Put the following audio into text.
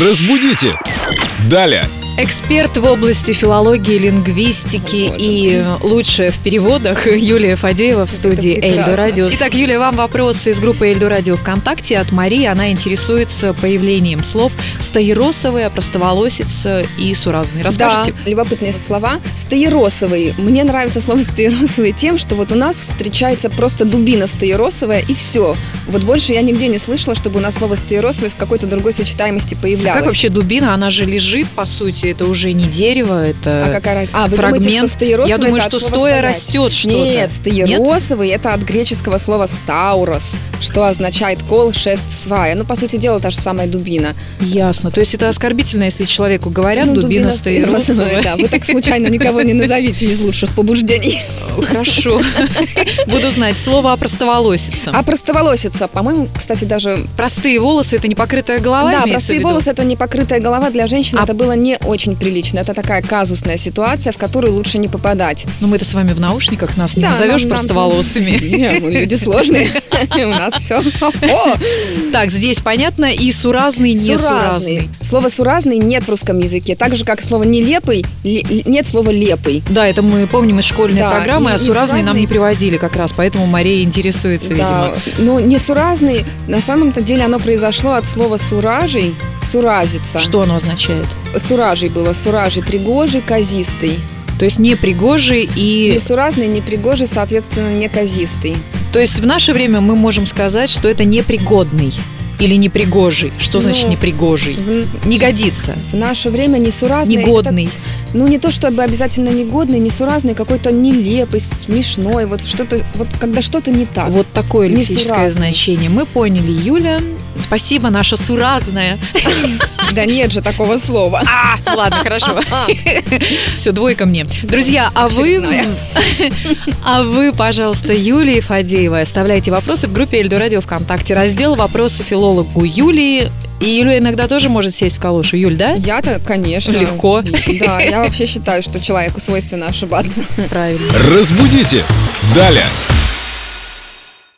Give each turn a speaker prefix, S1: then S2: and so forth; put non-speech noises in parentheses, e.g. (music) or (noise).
S1: Разбудите! Далее!
S2: Эксперт в области филологии, лингвистики и лучшая в переводах (laughs) Юлия Фадеева в студии
S3: прекрасно.
S2: Эльду Радио. Итак, Юлия, вам вопрос из группы Эльду Радио ВКонтакте от Марии. Она интересуется появлением слов «стаиросовая», «простоволосица» и «суразный». Расскажите.
S3: Да, любопытные слова. Стаиросовый. Мне нравится слово стаиросовый тем, что вот у нас встречается просто дубина стаиросовая и все. Вот больше я нигде не слышала, чтобы у нас слово стаиросовый в какой-то другой сочетаемости
S2: А
S3: появлялось.
S2: как вообще дубина? Она же лежит, по сути, это уже не дерево,
S3: А
S2: это...
S3: какая разница? А, вы
S2: фрагмент?
S3: думаете, что стаиросовый
S2: Я думаю,
S3: это от
S2: что
S3: слова
S2: стоя
S3: «стоять»?
S2: растет что-то.
S3: Нет, стаиросовый это от греческого слова стаурос, что означает кол, шест, свая. Ну, по сути дела, та же самая дубина.
S2: Ясно. То есть это оскорбительно, если человеку говорят
S3: Ну,
S2: «дубина, стаиросовая».
S3: Да, вы так случайно никого не назовите из лучших побуждений.
S2: (laughs) Хорошо. Буду знать. Слово о простоволосице.
S3: А простоволосица, по-моему, кстати, даже
S2: Простые волосы – это непокрытая голова?
S3: Да,
S2: имеется А в
S3: простые
S2: виду?
S3: волосы это непокрытая голова для женщин.
S2: А-
S3: Это было не очень прилично. Это такая казусная ситуация, в которую лучше не попадать.
S2: Ну, мы-то с вами в наушниках, нас не
S3: Да,
S2: назовешь
S3: нам- нам-
S2: простоволосыми.
S3: (laughs) Не, мы люди сложные. У
S2: (laughs)
S3: нас все.
S2: Так, здесь понятно и суразный, и несуразный.
S3: Суразный. Слово суразный нет в русском языке. Так же, как слово нелепый, ле- нет слова лепый.
S2: Да, это мы помним из школьной
S3: Да,
S2: программы,
S3: и-
S2: а
S3: и
S2: суразный нам
S3: суразный.
S2: не приводили как раз, поэтому Мария интересуется,
S3: Да,
S2: видимо.
S3: ну несуразный, на самом-то деле оно произошло от слова суражий, суразиться.
S2: Что оно означает?
S3: Суражий было, суражий, пригожий, казистый.
S2: То есть непригожий и...
S3: Несуразный, непригожий, соответственно, неказистый.
S2: То есть в наше время мы можем сказать, что это непригодный или непригожий. Что
S3: Ну,
S2: значит непригожий?
S3: В-
S2: Не годится,
S3: В наше время несуразный...
S2: негодный.
S3: это, ну, не то чтобы обязательно негодный, несуразный, какой-то нелепый, смешной, вот что-то, вот когда что-то А, не так.
S2: Вот такое лексическое
S3: Несуразный.
S2: значение. Мы поняли, Юля. Спасибо, наша суразная.
S3: Да нет же такого слова.
S2: А, ладно,
S3: (laughs)
S2: хорошо. Все, двойка мне. Друзья, а вы...
S3: Очередная.
S2: А вы, пожалуйста, Юлии Фадеевой оставляйте вопросы в группе Эльду Радио ВКонтакте. Раздел «Вопросы филологу Юлии». И Юлия иногда тоже может сесть в калошу. Юль, да?
S3: Я-то, конечно.
S2: Легко.
S3: Да, я вообще считаю, что человеку свойственно ошибаться.
S2: Правильно.
S1: Разбудите! Далее!